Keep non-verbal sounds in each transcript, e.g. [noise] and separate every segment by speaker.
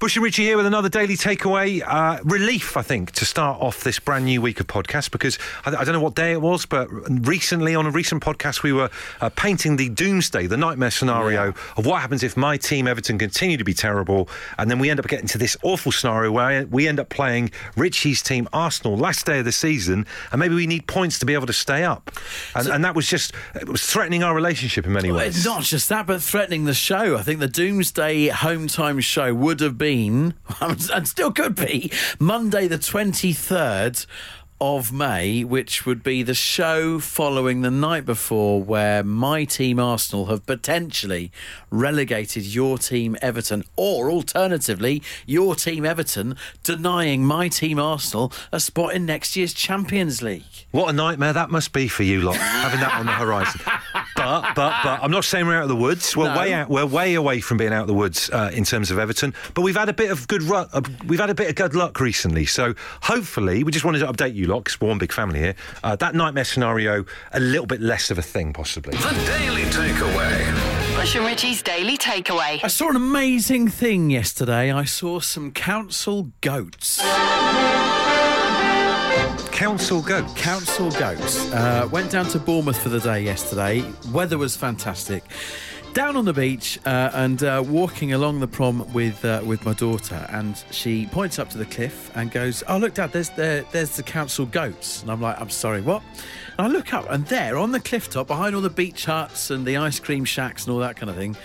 Speaker 1: Bush and Richie here with another daily takeaway. Uh, relief, I think, to start off this brand new week of podcasts because I, I don't know what day it was, but recently on a recent podcast we were uh, painting the doomsday, the nightmare scenario of what happens if my team Everton continue to be terrible, and then we end up getting to this awful scenario where we end up playing Richie's team Arsenal last day of the season, and maybe we need points to be able to stay up, and, and that was just it was threatening our relationship in many
Speaker 2: Well,
Speaker 1: ways.
Speaker 2: it's not just that, but threatening the show. I think the Doomsday Home Time show would have been, [laughs] and still could be, Monday the 23rd of May, which would be the show following the night before, where my team Arsenal have potentially relegated your team Everton, or alternatively, your team Everton denying my team Arsenal a spot in next year's Champions League.
Speaker 1: What a nightmare that must be for you lot, having that on the
Speaker 2: [laughs]
Speaker 1: horizon. But but but I'm not saying we're out of the woods. We're
Speaker 2: No.
Speaker 1: way out. We're way away from being out of the woods uh, in terms of Everton. But we've had a bit of good rut. Uh, we've had a bit of good luck recently. So hopefully, we just wanted to update you lot because we're one big family here. Uh, that nightmare scenario a little bit less of a thing possibly.
Speaker 3: The Daily Takeaway.
Speaker 4: Bush and Richie's Daily Takeaway.
Speaker 2: I saw an amazing thing yesterday. I saw some council goats.
Speaker 1: Council go.
Speaker 2: Council goats. Uh, went down to Bournemouth for the day yesterday. Weather was fantastic. Down on the beach uh, and uh, walking along the prom with uh, with my daughter, and she points up to the cliff and goes, "Oh look, Dad, there's there, there's the council goats." And I'm like, "I'm sorry, what?" And I look up, and there on the cliff top, behind all the beach huts and the ice cream shacks and all that kind of thing,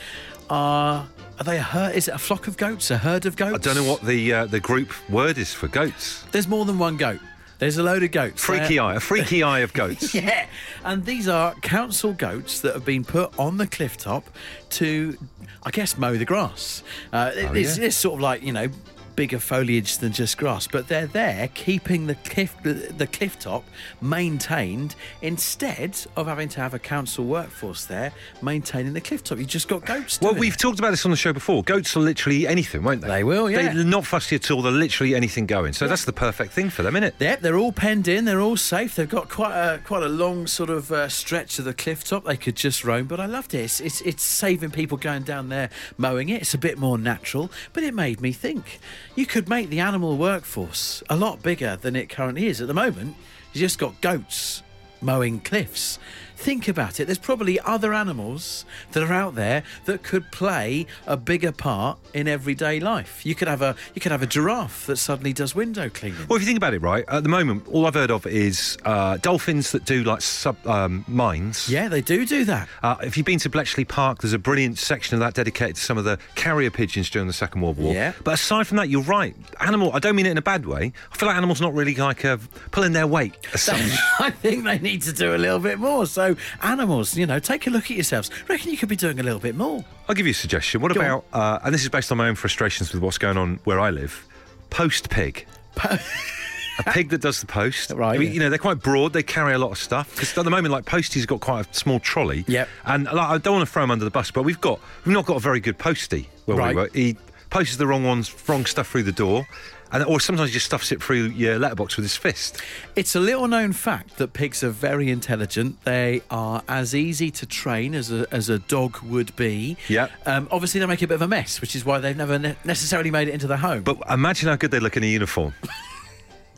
Speaker 2: are are they a herd? Is it a flock of goats? A herd of goats?
Speaker 1: I don't know what the uh, the group word is for goats.
Speaker 2: There's more than one goat. There's a load of goats.
Speaker 1: Freaky
Speaker 2: They're-
Speaker 1: eye. A freaky eye of goats.
Speaker 2: Uh, [laughs] yeah. And these are council goats that have been put on the cliff top to, I guess, mow the grass. Uh, it- it's,
Speaker 1: Oh, yeah.
Speaker 2: it's sort of like, you know, bigger foliage than just grass, but they're there keeping the cliff the cliff top maintained instead of having to have a council workforce there maintaining the cliff top. You've just got goats.
Speaker 1: Well,
Speaker 2: doing
Speaker 1: we've
Speaker 2: it.
Speaker 1: talked about this on the show before. Goats are literally anything, won't they?
Speaker 2: They will, yeah.
Speaker 1: They're not fussy at all. They're literally anything going. So that's the perfect thing for them, isn't it?
Speaker 2: Yep, they're all penned in. They're all safe. They've got quite a quite a long sort of uh, stretch of the cliff top they could just roam. But I loved it. It's, it's it's saving people going down there mowing it. It's a bit more natural, but it made me think. You could make the animal workforce a lot bigger than it currently is at the moment. You just got goats mowing cliffs. Think about it. There's probably other animals that are out there that could play a bigger part in everyday life. You could have a you could have a giraffe that suddenly does window cleaning.
Speaker 1: Well, if you think about it, right, at the moment, all I've heard of is uh, dolphins that do like sub um, mines.
Speaker 2: Yeah, they do do [laughs] that.
Speaker 1: Uh, if you've been to Bletchley Park, there's a brilliant section of that dedicated to some of the carrier pigeons during the Second World War.
Speaker 2: Yeah.
Speaker 1: But aside from that, you're right. Animal, I don't mean it in a bad way. I feel like animals not really like uh, pulling their weight. as such.
Speaker 2: I think they need to do a little bit more. So, animals, you know, take a look at yourselves. Reckon you could be doing a little bit more.
Speaker 1: I'll give you a suggestion. What
Speaker 2: Go
Speaker 1: about, uh, and this is based on my own frustrations with what's going on where I live, post pig. a pig that does the post.
Speaker 2: [laughs] Right,
Speaker 1: I mean,
Speaker 2: yeah.
Speaker 1: You know, they're quite broad, they carry a lot of stuff. Because at the moment, like, Posty's got quite a small trolley.
Speaker 2: Yep.
Speaker 1: And like, I don't want to throw him under the bus, but we've got, we've not got a very good Posty where
Speaker 2: Right.
Speaker 1: we work. He posts the wrong ones, wrong stuff through the door. And, or sometimes he just stuffs it through your letterbox with his fist.
Speaker 2: It's a little known fact that pigs are very intelligent. They are as easy to train as a, as a dog would be.
Speaker 1: Yep.
Speaker 2: Um, obviously, they make a bit of a mess, which is why they've never ne- necessarily made it into the home.
Speaker 1: But imagine how good they look in a uniform. [laughs]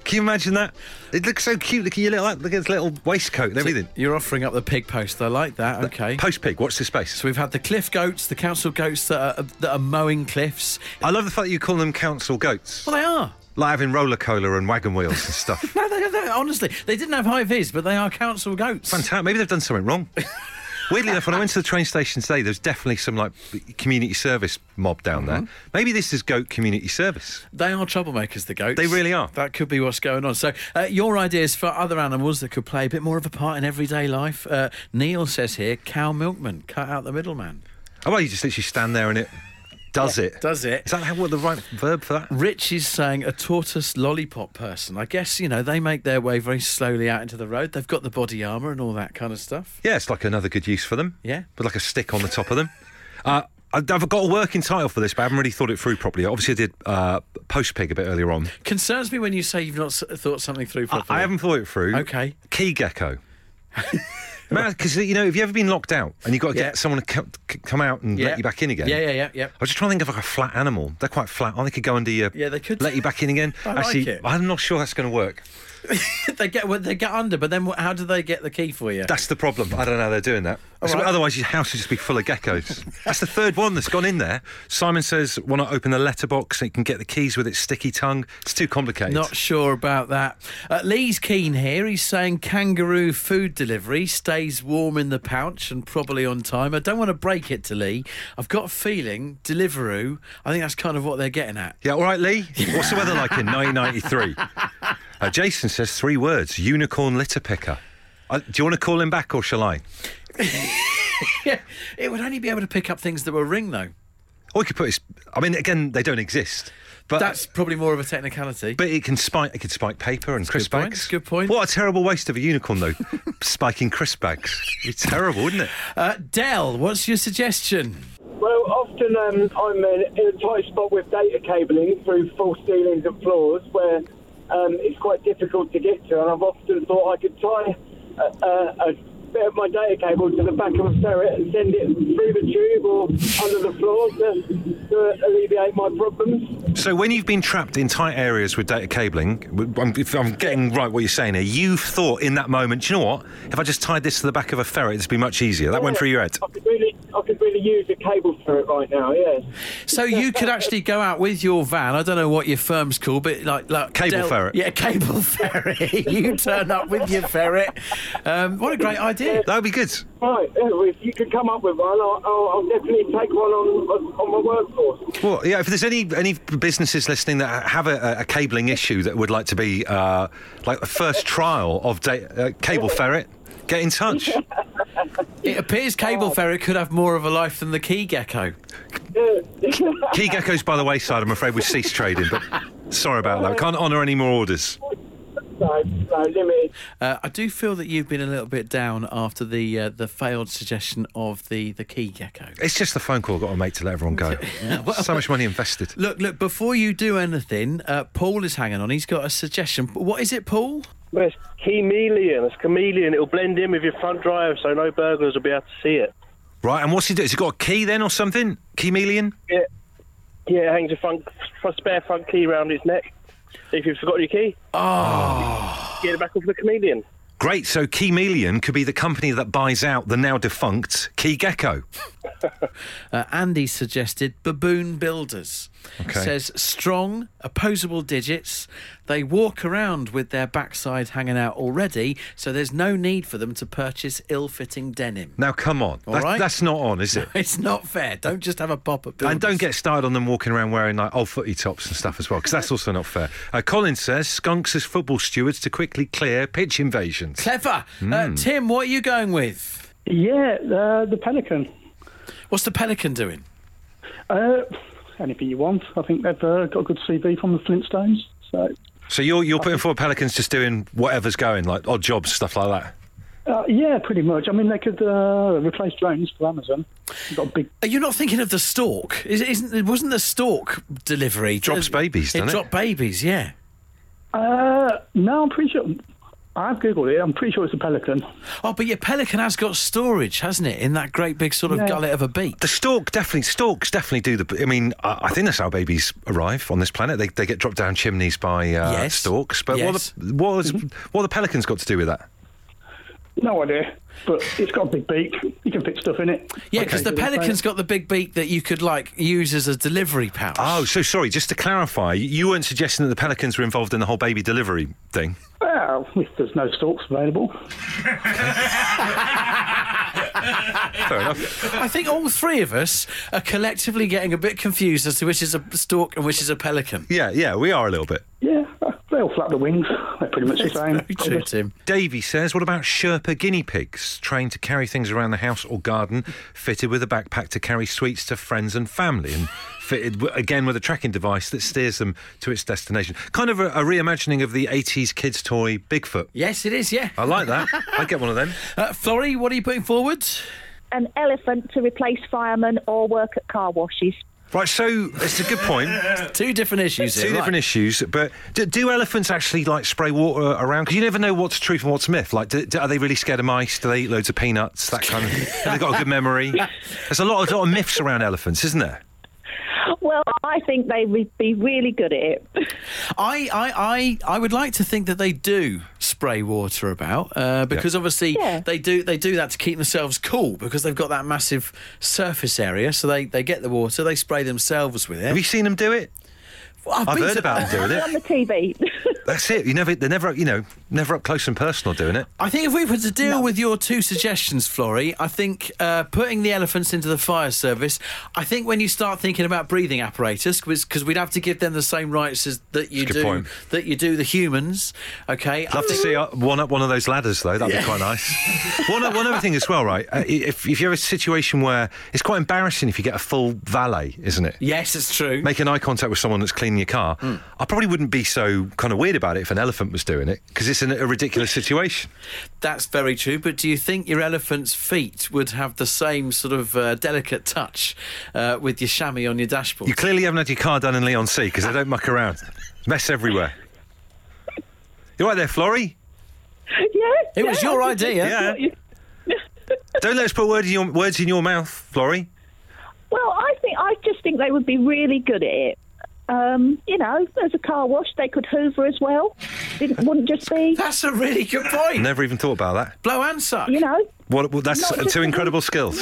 Speaker 1: Can you imagine that? It looks so cute. Look at your little, look at his little waistcoat and everything.
Speaker 2: you're offering up the pig post. I like that. Okay.
Speaker 1: Post pig, watch this space.
Speaker 2: so we've had the cliff goats, the council goats that are, that are mowing cliffs.
Speaker 1: I love the fact that you call them council goats.
Speaker 2: Well, they are.
Speaker 1: Like having roller cola and wagon wheels and
Speaker 2: [laughs]
Speaker 1: stuff.
Speaker 2: No, they, they, honestly, they didn't have high vis, but they are council goats.
Speaker 1: Fantastic. Maybe they've done something wrong. Weirdly enough, when I went to the train station today, there's definitely some like community service mob down there.
Speaker 2: Mm-hmm.
Speaker 1: Maybe this is goat community service.
Speaker 2: They are troublemakers, the goats.
Speaker 1: They really are.
Speaker 2: That could be what's going on. So, uh, your ideas for other animals that could play a bit more of a part in everyday life. Uh, Neil says here, cow milkman, cut out the middleman.
Speaker 1: Oh, well, you just literally stand there and it does it.
Speaker 2: does it.
Speaker 1: Is that how, what the right verb for that?
Speaker 2: Rich is saying a tortoise lollipop person. I guess, you know, they make their way very slowly out into the road. They've got the body armour and all that kind of stuff.
Speaker 1: Yeah, it's like another good use for them.
Speaker 2: Yeah.
Speaker 1: With like a stick on the top of them. Uh, I- I've got a working title for this, but I haven't really thought it through properly. Obviously, I did uh, post pig a bit earlier on.
Speaker 2: Concerns me when you say you've not s- thought something through
Speaker 1: I-
Speaker 2: properly.
Speaker 1: I haven't thought it through.
Speaker 2: Okay.
Speaker 1: Key gecko. Because, you know, have you ever been locked out and you've got to
Speaker 2: Yeah.
Speaker 1: get someone to co- c- come out and
Speaker 2: Yeah.
Speaker 1: let you back in again?
Speaker 2: Yeah, yeah, yeah, yeah.
Speaker 1: I was just trying to think of like a flat animal. They're quite flat. I they could go under your.
Speaker 2: Yeah, they could.
Speaker 1: Let you back in again.
Speaker 2: I like
Speaker 1: Actually,
Speaker 2: it.
Speaker 1: I'm not sure that's going to work.
Speaker 2: they get well, they get under, but then wh- how do they get the key for you?
Speaker 1: That's the problem. I don't know how they're doing that. So
Speaker 2: right.
Speaker 1: Otherwise, your house would just be full of geckos. that's the third one that's gone in there. Simon says, "Why not open the letterbox and you can get the keys with its sticky tongue?" It's too complicated.
Speaker 2: Not sure about that. Uh, Lee's keen here. He's saying kangaroo food delivery stays warm in the pouch and probably on time. I don't want to break it to Lee. I've got a feeling Deliveroo. I think that's kind of what they're
Speaker 1: [laughs]
Speaker 2: getting at.
Speaker 1: Yeah, all right, Lee. What's the weather like in 1993? Uh, Jason says three words: unicorn litter picker. Uh, do you want to call him back or shall I?
Speaker 2: It would only be able to pick up things that were ring though.
Speaker 1: Or we could put his. I mean, again, they don't exist. But
Speaker 2: That's probably more of a technicality.
Speaker 1: But it can spike. It could spike paper and crisp
Speaker 2: good point,
Speaker 1: bags.
Speaker 2: that's a good point.
Speaker 1: What a terrible waste of a unicorn, though. [laughs] spiking crisp bags. It's terrible, wouldn't it?
Speaker 2: Uh, Dell, what's your suggestion?
Speaker 5: Well, often um, I'm in, in a tight spot with data cabling through false ceilings and floors where um, it's quite difficult to get to, and I've often thought I could tie a, a, a bit of my data cable to the back of a ferret and send it through the tube or under the floor to, to alleviate my problems.
Speaker 1: So when you've been trapped in tight areas with data cabling, w- I'm, if I'm getting right what you're saying here, you've thought in that moment, do you know what? If I just tied this to the back of a ferret, it'd be much easier. That went through your head.
Speaker 5: I could really, I could really use a cable ferret right now. Yes.
Speaker 2: So you could actually go out with your van. I don't know what your firm's called, but like, like
Speaker 1: Cable ferret.
Speaker 2: Yeah, [laughs] cable ferret. you turn up with your ferret. Um, what a great idea!
Speaker 1: That would be good.
Speaker 5: Right. yeah, well, If you could come up with one, I'll, I'll, I'll definitely take one on on- on my workforce.
Speaker 1: Well, yeah. If there's any any businesses listening that have a, a cabling issue that would like to be uh, like a first trial of data, uh, cable ferret, get in touch.
Speaker 2: It appears cable ferret could have more of a life than the key gecko.
Speaker 5: Yeah. [laughs]
Speaker 1: Key geckos by the wayside. I'm afraid we've ceased trading, but sorry about that. Can't honour any more orders.
Speaker 5: no, no, limited.
Speaker 2: Uh, I do feel that you've been a little bit down after the uh, the failed suggestion of the the key gecko.
Speaker 1: It's just the phone call I've got to make to let everyone
Speaker 2: [laughs]
Speaker 1: go. so much money invested.
Speaker 2: Look, look! Before you do anything, uh, Paul is hanging on. He's got a suggestion. What is it, Paul?
Speaker 6: Well, it's chameleon. It's chameleon. It'll blend in with your front drive, so no burglars will be able to see it.
Speaker 1: Right, and what's he do? Has he got a key then or something? Chameleon?
Speaker 6: Yeah, yeah. It hangs a front, f- spare front key round its neck. If you've forgotten your key, oh, get it back off the chameleon.
Speaker 1: Great, so Chameleon could be the company that buys out the now defunct Key Gecko.
Speaker 2: Uh, Andy suggested baboon builders.
Speaker 1: Okay.
Speaker 2: Says strong, opposable digits. They walk around with their backside hanging out already, so there's no need for them to purchase ill-fitting denim. [laughs]
Speaker 1: Now, come on. That's,
Speaker 2: right.
Speaker 1: that's not on, is it?
Speaker 2: It's not fair. Don't just have a pop at builders.
Speaker 1: And don't get started on them walking around wearing like old footy tops and stuff as well, because that's also not fair. Uh, Colin says skunks as football stewards to quickly clear pitch invasions.
Speaker 2: clever.
Speaker 1: Hmm.
Speaker 2: Uh, Tim, what are you going with?
Speaker 7: Yeah, uh, the Pelican.
Speaker 2: What's the pelican doing?
Speaker 7: Uh, anything you want. I think they've uh, got a good CV from the Flintstones. So,
Speaker 1: So you're you're putting forward pelicans just doing whatever's going, like odd jobs, stuff like that.
Speaker 7: uh, yeah, pretty much. I mean, they could uh, replace drones for Amazon. They've got a big.
Speaker 2: Are you not thinking of the stork? Is, isn't it wasn't the stork delivery uh,
Speaker 1: Drops babies,
Speaker 2: It
Speaker 1: doesn't it?
Speaker 2: dropped babies. Yeah.
Speaker 7: Uh, no, I'm pretty sure. I've googled it. I'm pretty sure it's a Pelican.
Speaker 2: Oh, but your pelican has got storage, hasn't it? In that great big sort of
Speaker 7: Yeah.
Speaker 2: gullet of a beak.
Speaker 1: The stork definitely storks definitely do the. I mean, I, I think that's how babies arrive on this planet. They they get dropped down chimneys by uh,
Speaker 2: Yes.
Speaker 1: storks. But what
Speaker 2: Yes.
Speaker 1: the, what, is, what the pelicans got to do with that?
Speaker 7: No idea, but it's got a big beak. You can fit stuff in it.
Speaker 2: Yeah, because the
Speaker 7: Okay.
Speaker 2: pelican's got the big beak that you could like use as a delivery pouch.
Speaker 1: Oh, so sorry. Just to clarify, you weren't suggesting that the pelicans were involved in the whole baby delivery thing.
Speaker 7: Well, if there's no stalks available,
Speaker 1: Fair enough.
Speaker 2: I think all three of us are collectively getting a bit confused as to which is a stork and which is a pelican.
Speaker 1: Yeah, yeah, we are a little bit.
Speaker 7: yeah, uh, they all flap the wings. They're pretty much the same.
Speaker 2: [laughs] Very true,
Speaker 7: [laughs]
Speaker 2: Tim.
Speaker 1: Davy says, what about Sherpa guinea pigs, trained to carry things around the house or garden, fitted with a backpack to carry sweets to friends and family, and fitted w- again with a tracking device that steers them to its destination? Kind of a, a reimagining of the 80s kids' toy Bigfoot.
Speaker 2: Yes, it is. Yeah.
Speaker 1: I like that. I'd get one of them.
Speaker 2: Uh, Florrie, what are you putting forward?
Speaker 8: an elephant to replace firemen or work at car washes.
Speaker 1: Right, so it's a good point.
Speaker 2: Two different issues
Speaker 1: Uh, Two
Speaker 2: here.
Speaker 1: different
Speaker 2: right.
Speaker 1: issues, but do, do elephants actually like spray water around? Because you never know what's truth and what's myth. Like, do, do- are they really scared of mice? Do they eat loads of peanuts? That kind of. Have they got a good memory? There's a lot, of, lot of myths around elephants, isn't there?
Speaker 8: Well, I think they would be really good at it.
Speaker 2: I, I, I, I would like to think that they do spray water about uh, because obviously
Speaker 8: Yeah.
Speaker 2: they do they do that to keep themselves cool because they've got that massive surface area. So they, they get the water, they spray themselves with it.
Speaker 1: Have you seen them do it?
Speaker 2: Well,
Speaker 1: I've
Speaker 2: been
Speaker 1: heard
Speaker 2: to-
Speaker 1: about them doing
Speaker 8: on
Speaker 1: it.
Speaker 8: the [laughs] TV.
Speaker 1: That's it. You never, they're never, you know, never up close and personal doing it.
Speaker 2: I think if we were to deal with your two suggestions, Florrie, I think uh, putting the elephants into the fire service, I think when you start thinking about breathing apparatus, because we'd have to give them the same rights as that you
Speaker 1: That's a good
Speaker 2: do
Speaker 1: point.
Speaker 2: that you do the humans. Okay, I
Speaker 1: Love to
Speaker 2: think-
Speaker 1: see uh, one up one of those ladders, though. That'd be quite nice. one, o- one other thing as well, right? Uh, i- if, if you have a situation where it's quite embarrassing if you get a full valet, isn't it?
Speaker 2: Yes, it's true.
Speaker 1: Making eye contact with someone that's cleaning your car, I probably wouldn't be so kind of weird about it if an elephant was doing it because it's an, a ridiculous situation.
Speaker 2: That's very true. But do you think your elephant's feet would have the same sort of uh, delicate touch uh, with your chamois on your dashboard?
Speaker 1: You clearly haven't had your car done in Leon C because they don't muck around. Mess everywhere. You're right there, Florrie.
Speaker 8: yeah,
Speaker 2: it was your idea.
Speaker 1: Yeah. [laughs] don't let us put word in your, words in your mouth, Florrie.
Speaker 8: Well, I think I just think they would be really good at it. Um, you know, there's a car wash. They could Hoover as well. It wouldn't just be,
Speaker 2: That's a really good point.
Speaker 1: Never even thought about that.
Speaker 2: Blow and suck.
Speaker 8: you know,
Speaker 1: What, well, that's
Speaker 8: Not
Speaker 1: uh,
Speaker 8: just a-
Speaker 1: two incredible skills.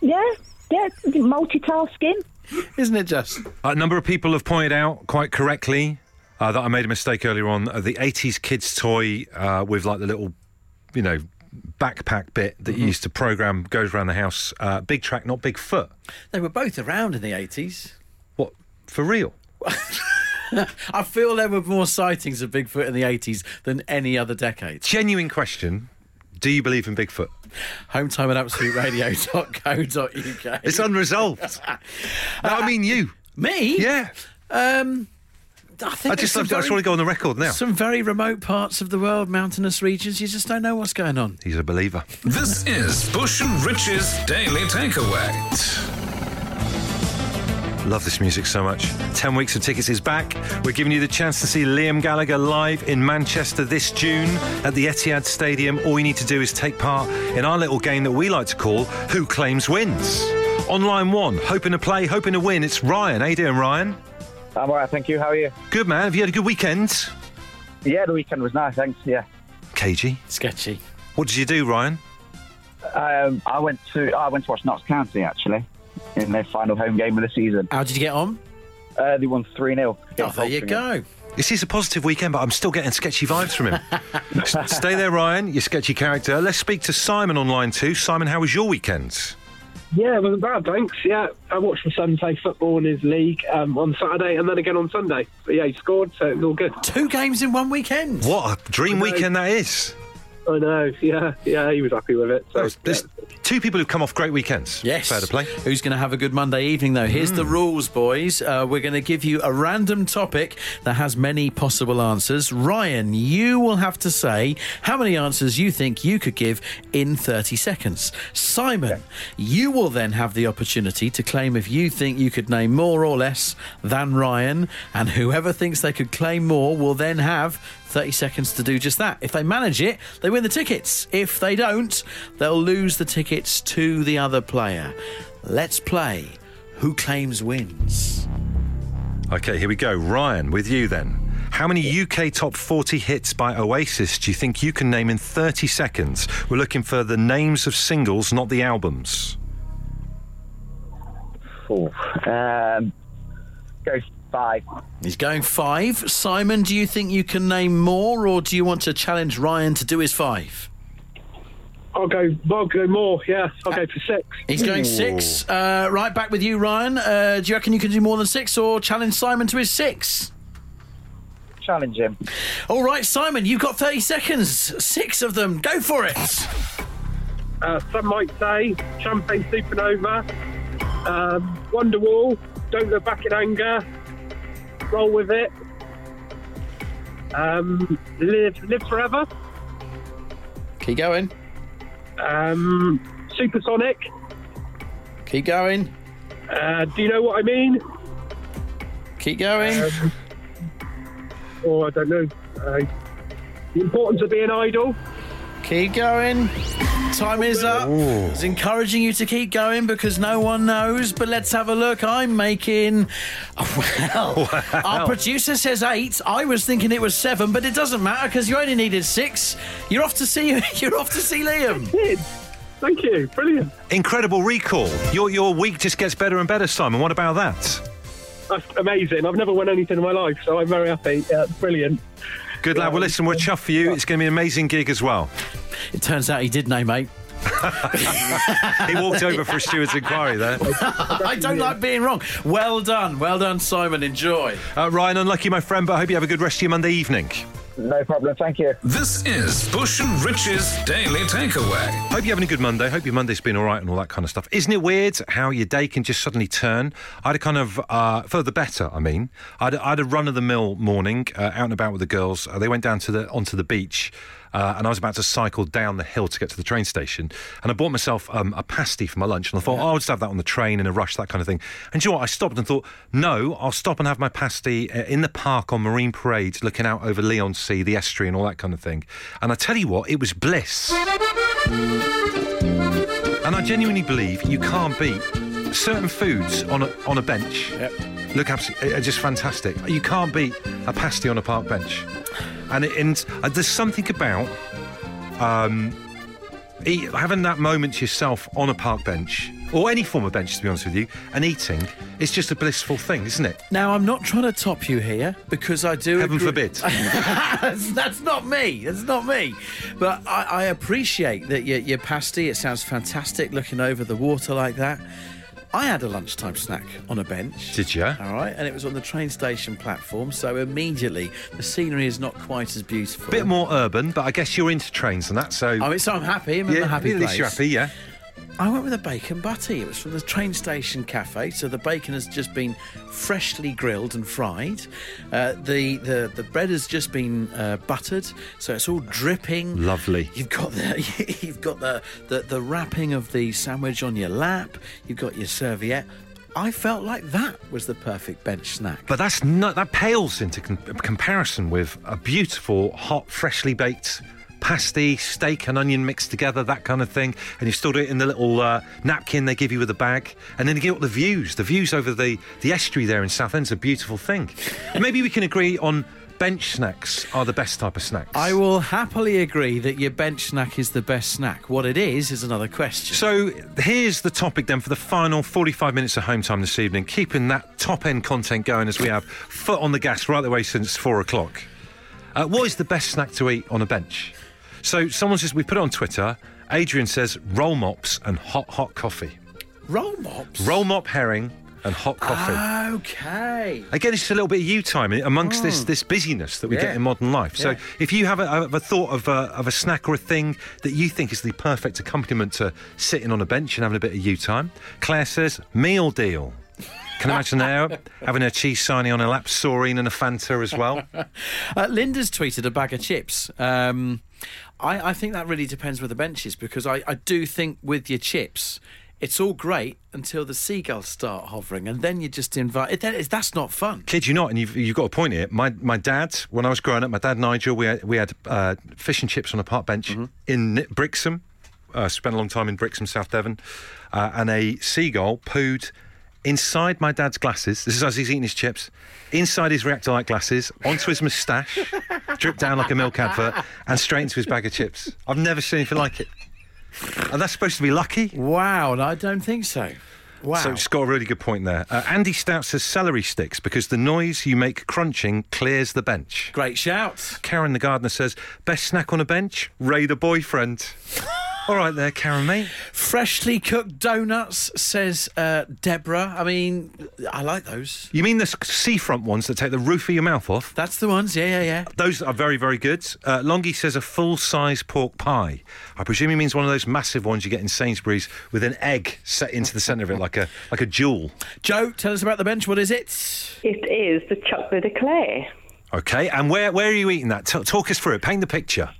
Speaker 8: yeah, yeah, multitasking.
Speaker 2: Isn't it just?
Speaker 1: A number of people have pointed out quite correctly uh, that I made a mistake earlier on. Uh, the 80s kids' toy uh, with like the little, you know, backpack bit that you used to program goes around the house. Uh, big track, not big foot.
Speaker 2: They were both around in the 80s.
Speaker 1: What? For real?
Speaker 2: I feel there were more sightings of Bigfoot in the 80s than any other decade.
Speaker 1: Genuine question. Do you believe in Bigfoot?
Speaker 2: Hometime at absoluteradio.co.uk.
Speaker 1: It's unresolved. no, I mean you.
Speaker 2: Uh, Me?
Speaker 1: Yeah.
Speaker 2: Um, I think
Speaker 1: I just,
Speaker 2: there's some
Speaker 1: love, I just
Speaker 2: very-
Speaker 1: want to go on the record now.
Speaker 2: Some very remote parts of the world, mountainous regions, you just don't know what's going on.
Speaker 1: He's a believer.
Speaker 3: This is Bush and Rich's Daily Takeaway.
Speaker 1: Love this music so much. 10 weeks of tickets is back. We're giving you the chance to see Liam Gallagher live in Manchester this June at the Etihad Stadium. All you need to do is take part in our little game that we like to call Who Claims Wins. On line one, hoping to play, hoping to win. It's Ryan. How you doing, Ryan?
Speaker 9: I'm alright, thank you. How are you?
Speaker 1: Good man. Have you had a good weekend?
Speaker 9: Yeah, the weekend was nice, thanks. Yeah,
Speaker 1: KG.
Speaker 2: Sketchy.
Speaker 1: What did you do, Ryan?
Speaker 9: um, I went to I went to watch Knox County actually in their final home game of the season.
Speaker 2: How did you get on?
Speaker 9: Uh, they won three 0
Speaker 2: Oh, there you go.
Speaker 1: This is a positive weekend, but I'm still getting sketchy vibes from him. S- Stay there, Ryan, your sketchy character. Let's speak to Simon on line two. Simon, how was your weekend?
Speaker 10: Yeah, it wasn't bad, thanks. Yeah, I watched my son play football in his league um, on Saturday and then again on Sunday. But yeah, he scored, so it was all good.
Speaker 2: Two games in one weekend.
Speaker 1: What a dream
Speaker 10: Hello.
Speaker 1: weekend that is.
Speaker 10: I know, yeah, yeah, he was happy with it. So,
Speaker 1: There's, there's two people who've come off great weekends.
Speaker 2: Yes.
Speaker 1: Fair to play.
Speaker 2: Who's going to have a good Monday evening, though? Here's the rules, boys. Uh, we're going to give you a random topic that has many possible answers. Ryan, you will have to say how many answers you think you could give in 30 seconds. Simon, you will then have the opportunity to claim if you think you could name more or less than Ryan, and whoever thinks they could claim more will then have 30 seconds to do just that. If they manage it, they win the tickets. If they don't, they'll lose the tickets to the other player. Let's play Who Claims Wins.
Speaker 1: Okay, here we go. Ryan, with you then. How many UK top 40 hits by Oasis do you think you can name in 30 seconds? We're looking for the names of singles, not the albums.
Speaker 9: Um, go five.
Speaker 2: He's going five. Simon, do you think you can name more, or do you want to challenge Ryan to do his five?
Speaker 10: I'll go, I'll go more, yeah, I'll go for six.
Speaker 2: He's going six. Uh, right back with you, Ryan. Uh, do you reckon you can do more than six, or challenge Simon to his six?
Speaker 9: Challenge him.
Speaker 2: All right, Simon, you've got 30 seconds. Six of them. Go for it.
Speaker 10: Uh, some might say Champagne Supernova, um, Wonderwall, Don't Look Back in Anger, Roll With It, um, Live, live Forever,
Speaker 2: Keep going.
Speaker 10: um, Supersonic,
Speaker 2: Keep going.
Speaker 10: Uh, do you know what I mean?
Speaker 2: Keep going.
Speaker 10: or Oh, I don't know. Uh, the importance of being idle.
Speaker 2: Keep going. Time is up. It's encouraging you to keep going because no one knows. But let's have a look. I'm making. [laughs] Well, our producer says eight. I was thinking it was seven, but it doesn't matter because you only needed six. You're off to see. [laughs] You're off to see Liam.
Speaker 10: Thank you. Brilliant.
Speaker 1: Incredible recall. Your your week just gets better and better, Simon. What about that?
Speaker 10: That's amazing. I've never won anything in my life, so I'm very happy. Yeah, brilliant.
Speaker 1: Good lad. Well, listen, we're chuffed for you. It's going to be an amazing gig as well.
Speaker 2: It turns out he did name eight.
Speaker 1: he walked over for a steward's inquiry there.
Speaker 2: I don't like being wrong. Well done, well done, Simon. Enjoy.
Speaker 1: Uh, Ryan, unlucky, my friend, but I hope you have a good rest of your Monday evening.
Speaker 9: No problem. Thank you.
Speaker 3: This is Bush and Rich's Daily Takeaway.
Speaker 1: Hope you're having a good Monday. Hope your Monday's been all right and all that kind of stuff. Isn't it weird how your day can just suddenly turn? I had a kind of, uh, for the better, I mean, I had, I had a run of the mill morning uh, out and about with the girls. Uh, they went down to the onto the beach. Uh, and I was about to cycle down the hill to get to the train station. And I bought myself um, a pasty for my lunch. And I thought, oh, I'll just have that on the train in a rush, that kind of thing. And do you know what? I stopped and thought, no, I'll stop and have my pasty uh, in the park on Marine Parade, looking out over Leon Sea, the estuary, and all that kind of thing. And I tell you what, it was bliss. And I genuinely believe you can't beat certain foods on a, on a bench. Look, absolutely, just fantastic. You can't beat a pasty on a park bench. And, it, and uh, there's something about um, eat, having that moment to yourself on a park bench or any form of bench, to be honest with you, and eating. It's just a blissful thing, isn't it?
Speaker 2: Now I'm not trying to top you here because I do.
Speaker 1: Heaven
Speaker 2: agree-
Speaker 1: forbid.
Speaker 2: that's, [laughs] that's not me. That's not me. But I, I appreciate that your, your pasty. It sounds fantastic looking over the water like that. I had a lunchtime snack on a bench.
Speaker 1: Did you?
Speaker 2: All right, and it was on the train station platform, so immediately the scenery is not quite as beautiful.
Speaker 1: Bit more urban, but I guess you're into trains and that, so.
Speaker 2: I mean, so I'm happy. I'm in
Speaker 1: yeah,
Speaker 2: a happy
Speaker 1: at
Speaker 2: place.
Speaker 1: least you're happy, yeah.
Speaker 2: I went with a bacon butty. It was from the train station cafe, so the bacon has just been freshly grilled and fried. Uh, the, the the bread has just been uh, buttered, so it's all dripping.
Speaker 1: Lovely.
Speaker 2: You've got the [laughs] you've got the, the the wrapping of the sandwich on your lap. You've got your serviette. I felt like that was the perfect bench snack.
Speaker 1: But that's not, that pales into com- comparison with a beautiful, hot, freshly baked pasty, steak and onion mixed together, that kind of thing. And you still do it in the little uh, napkin they give you with a bag. And then you get all the views. The views over the, the estuary there in Southend's a beautiful thing. Maybe we can agree on bench snacks are the best type of snacks.
Speaker 2: I will happily agree that your bench snack is the best snack. What it is is another question.
Speaker 1: So here's the topic then for the final 45 minutes of home time this evening, keeping that top end content going as we have foot on the gas right the way since four o'clock. Uh, what is the best snack to eat on a bench? So someone says, we put it on Twitter. Adrian says, roll mops and hot, hot coffee.
Speaker 2: Roll mops.
Speaker 1: Roll mop herring and hot coffee.
Speaker 2: Ah. Okay.
Speaker 1: Again, it's just a little bit of you time amongst this, this busyness that we
Speaker 2: Mm. Yeah.
Speaker 1: get in modern life. So,
Speaker 2: Yeah.
Speaker 1: if you have a, have a thought of a, of a snack or a thing that you think is the perfect accompaniment to sitting on a bench and having a bit of you time, Claire says, meal deal. Can I imagine
Speaker 2: [laughs]
Speaker 1: her having her cheese signing on her lap, saurine and a Fanta as well?
Speaker 2: Uh, Linda's tweeted a bag of chips. Um, I, I think that really depends where the bench is because I, I do think with your chips, it's all great until the seagulls start hovering and then you just invite. It, that is, that's not fun.
Speaker 1: Kid you not, and you've, you've got a point here. My my dad, when I was growing up, my dad Nigel, we had, we had uh, fish and chips on a park bench in Ni- Brixham. Uh, spent a long time in Brixham, South Devon, uh, and a seagull pooed inside my dad's glasses. This is as he's eating his chips, inside his reactolite glasses, onto his moustache, dripped down like a milk advert, and straight into his bag of chips. I've never seen anything like it. And that's supposed to be lucky.
Speaker 2: Wow, and I don't think so. Wow.
Speaker 1: So it's got a really good point there. Uh, Andy Stout says celery sticks because the noise you make crunching clears the bench.
Speaker 2: Great shout.
Speaker 1: Karen the gardener says best snack on a bench, raid a boyfriend. All right, there, Karen, mate.
Speaker 2: Freshly cooked donuts, says uh, Deborah. I mean, I like those.
Speaker 1: You mean the s- seafront ones that take the roof of your mouth off?
Speaker 2: That's the ones. Yeah, yeah, yeah.
Speaker 1: Those are very, very good. Uh, Longy says a full size pork pie. I presume he means one of those massive ones you get in Sainsbury's with an egg set into the centre of it, like a like a jewel.
Speaker 2: Joe, tell us about the bench. What is it?
Speaker 11: It is the chocolate eclair.
Speaker 1: Okay, and where where are you eating that? T- talk us through it. Paint the picture.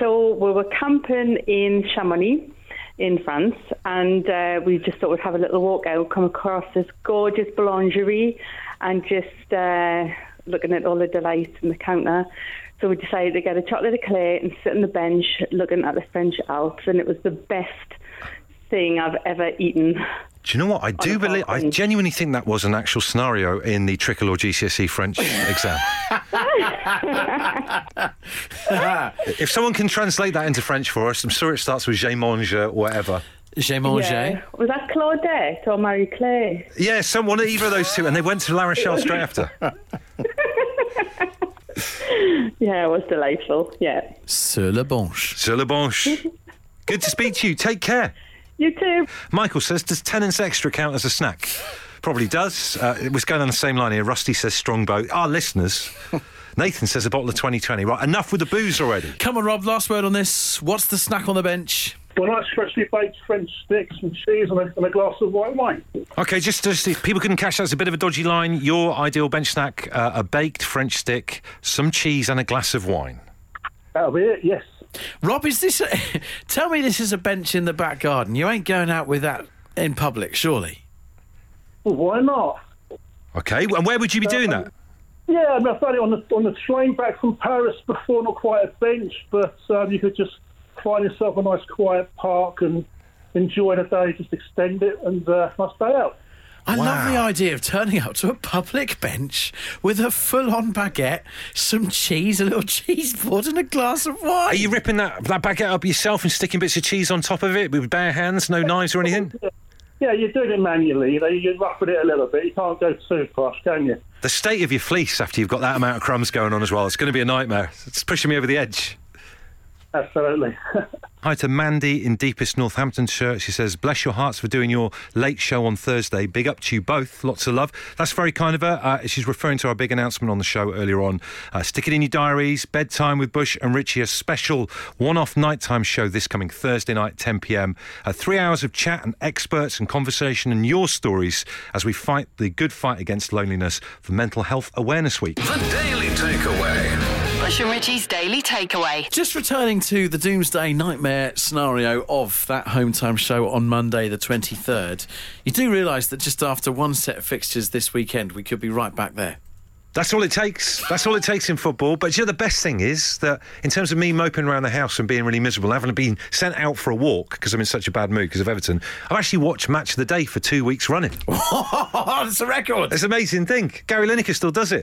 Speaker 11: So we were camping in Chamonix in France, and uh, we just thought we'd have a little walk out, come across this gorgeous boulangerie, and just uh, looking at all the delights in the counter. So we decided to get a chocolate eclair and sit on the bench looking at the French Alps, and it was the best thing I've ever eaten.
Speaker 1: Do you know what? I do believe, I genuinely think that was an actual scenario in the Trickle or GCSE E French exam. if someone can translate that into French for us, I'm sure it starts with j'ai mange or whatever.
Speaker 2: J'ai
Speaker 11: Yeah. Was that Claudette or Marie Claire?
Speaker 1: Yeah, someone, either of those two, and they went to La Rochelle straight after.
Speaker 11: Yeah, it was delightful. Yeah.
Speaker 2: Sur la Banche.
Speaker 1: Sur la Banche. Good to speak to you. Take care.
Speaker 11: You too.
Speaker 1: Michael says, does tenants extra count as a snack? Probably does. Uh, it was going on the same line here. Rusty says strongbow. Our listeners. Nathan says a bottle of 2020. Right, enough with the booze already.
Speaker 2: Come on, Rob, last word on this. What's the snack on the bench?
Speaker 7: Well, that's freshly baked French sticks and cheese and a, and a glass of white wine.
Speaker 1: Okay, just, just if people couldn't catch that, it's a bit of a dodgy line. Your ideal bench snack: uh, a baked French stick, some cheese, and a glass of wine.
Speaker 7: That'll be it, yes.
Speaker 2: Rob, is this. A, [laughs] tell me this is a bench in the back garden. You ain't going out with that in public, surely.
Speaker 7: Well, why not?
Speaker 1: Okay, and where would you be doing that?
Speaker 7: Yeah, I mean, I've done it on the, on the train back from Paris before, not quite a bench, but um, you could just find yourself a nice quiet park and enjoy the day, just extend it and uh, nice day out.
Speaker 2: I love the idea of turning up to a public bench with a full on baguette, some cheese, a little [laughs] cheese board, and a glass of wine.
Speaker 1: Are you ripping that, that baguette up yourself and sticking bits of cheese on top of it with bare hands, no knives or anything?
Speaker 7: Yeah, you're doing it manually, you know, you're roughing it a little bit. You can't go too posh, can you?
Speaker 1: The state of your fleece after you've got that amount of crumbs going on as well, it's going to be a nightmare. It's pushing me over the edge.
Speaker 7: Absolutely. [laughs]
Speaker 1: Hi to Mandy in deepest Northamptonshire. She says, Bless your hearts for doing your late show on Thursday. Big up to you both. Lots of love. That's very kind of her. Uh, she's referring to our big announcement on the show earlier on. Uh, stick it in your diaries. Bedtime with Bush and Richie, a special one off nighttime show this coming Thursday night, 10 pm. Uh, three hours of chat and experts and conversation and your stories as we fight the good fight against loneliness for Mental Health Awareness Week.
Speaker 3: Daily Takeaway.
Speaker 4: Bush and Richie's Daily Takeaway.
Speaker 2: Just returning to the doomsday nightmare scenario of that home time show on Monday, the 23rd, you do realise that just after one set of fixtures this weekend, we could be right back there.
Speaker 1: That's all it takes. That's all it takes in football. But you know, the best thing is that in terms of me moping around the house and being really miserable, having been sent out for a walk because I'm in such a bad mood because of Everton, I've actually watched Match of the Day for two weeks running.
Speaker 2: [laughs] That's a record.
Speaker 1: It's an amazing thing. Gary Lineker still does it.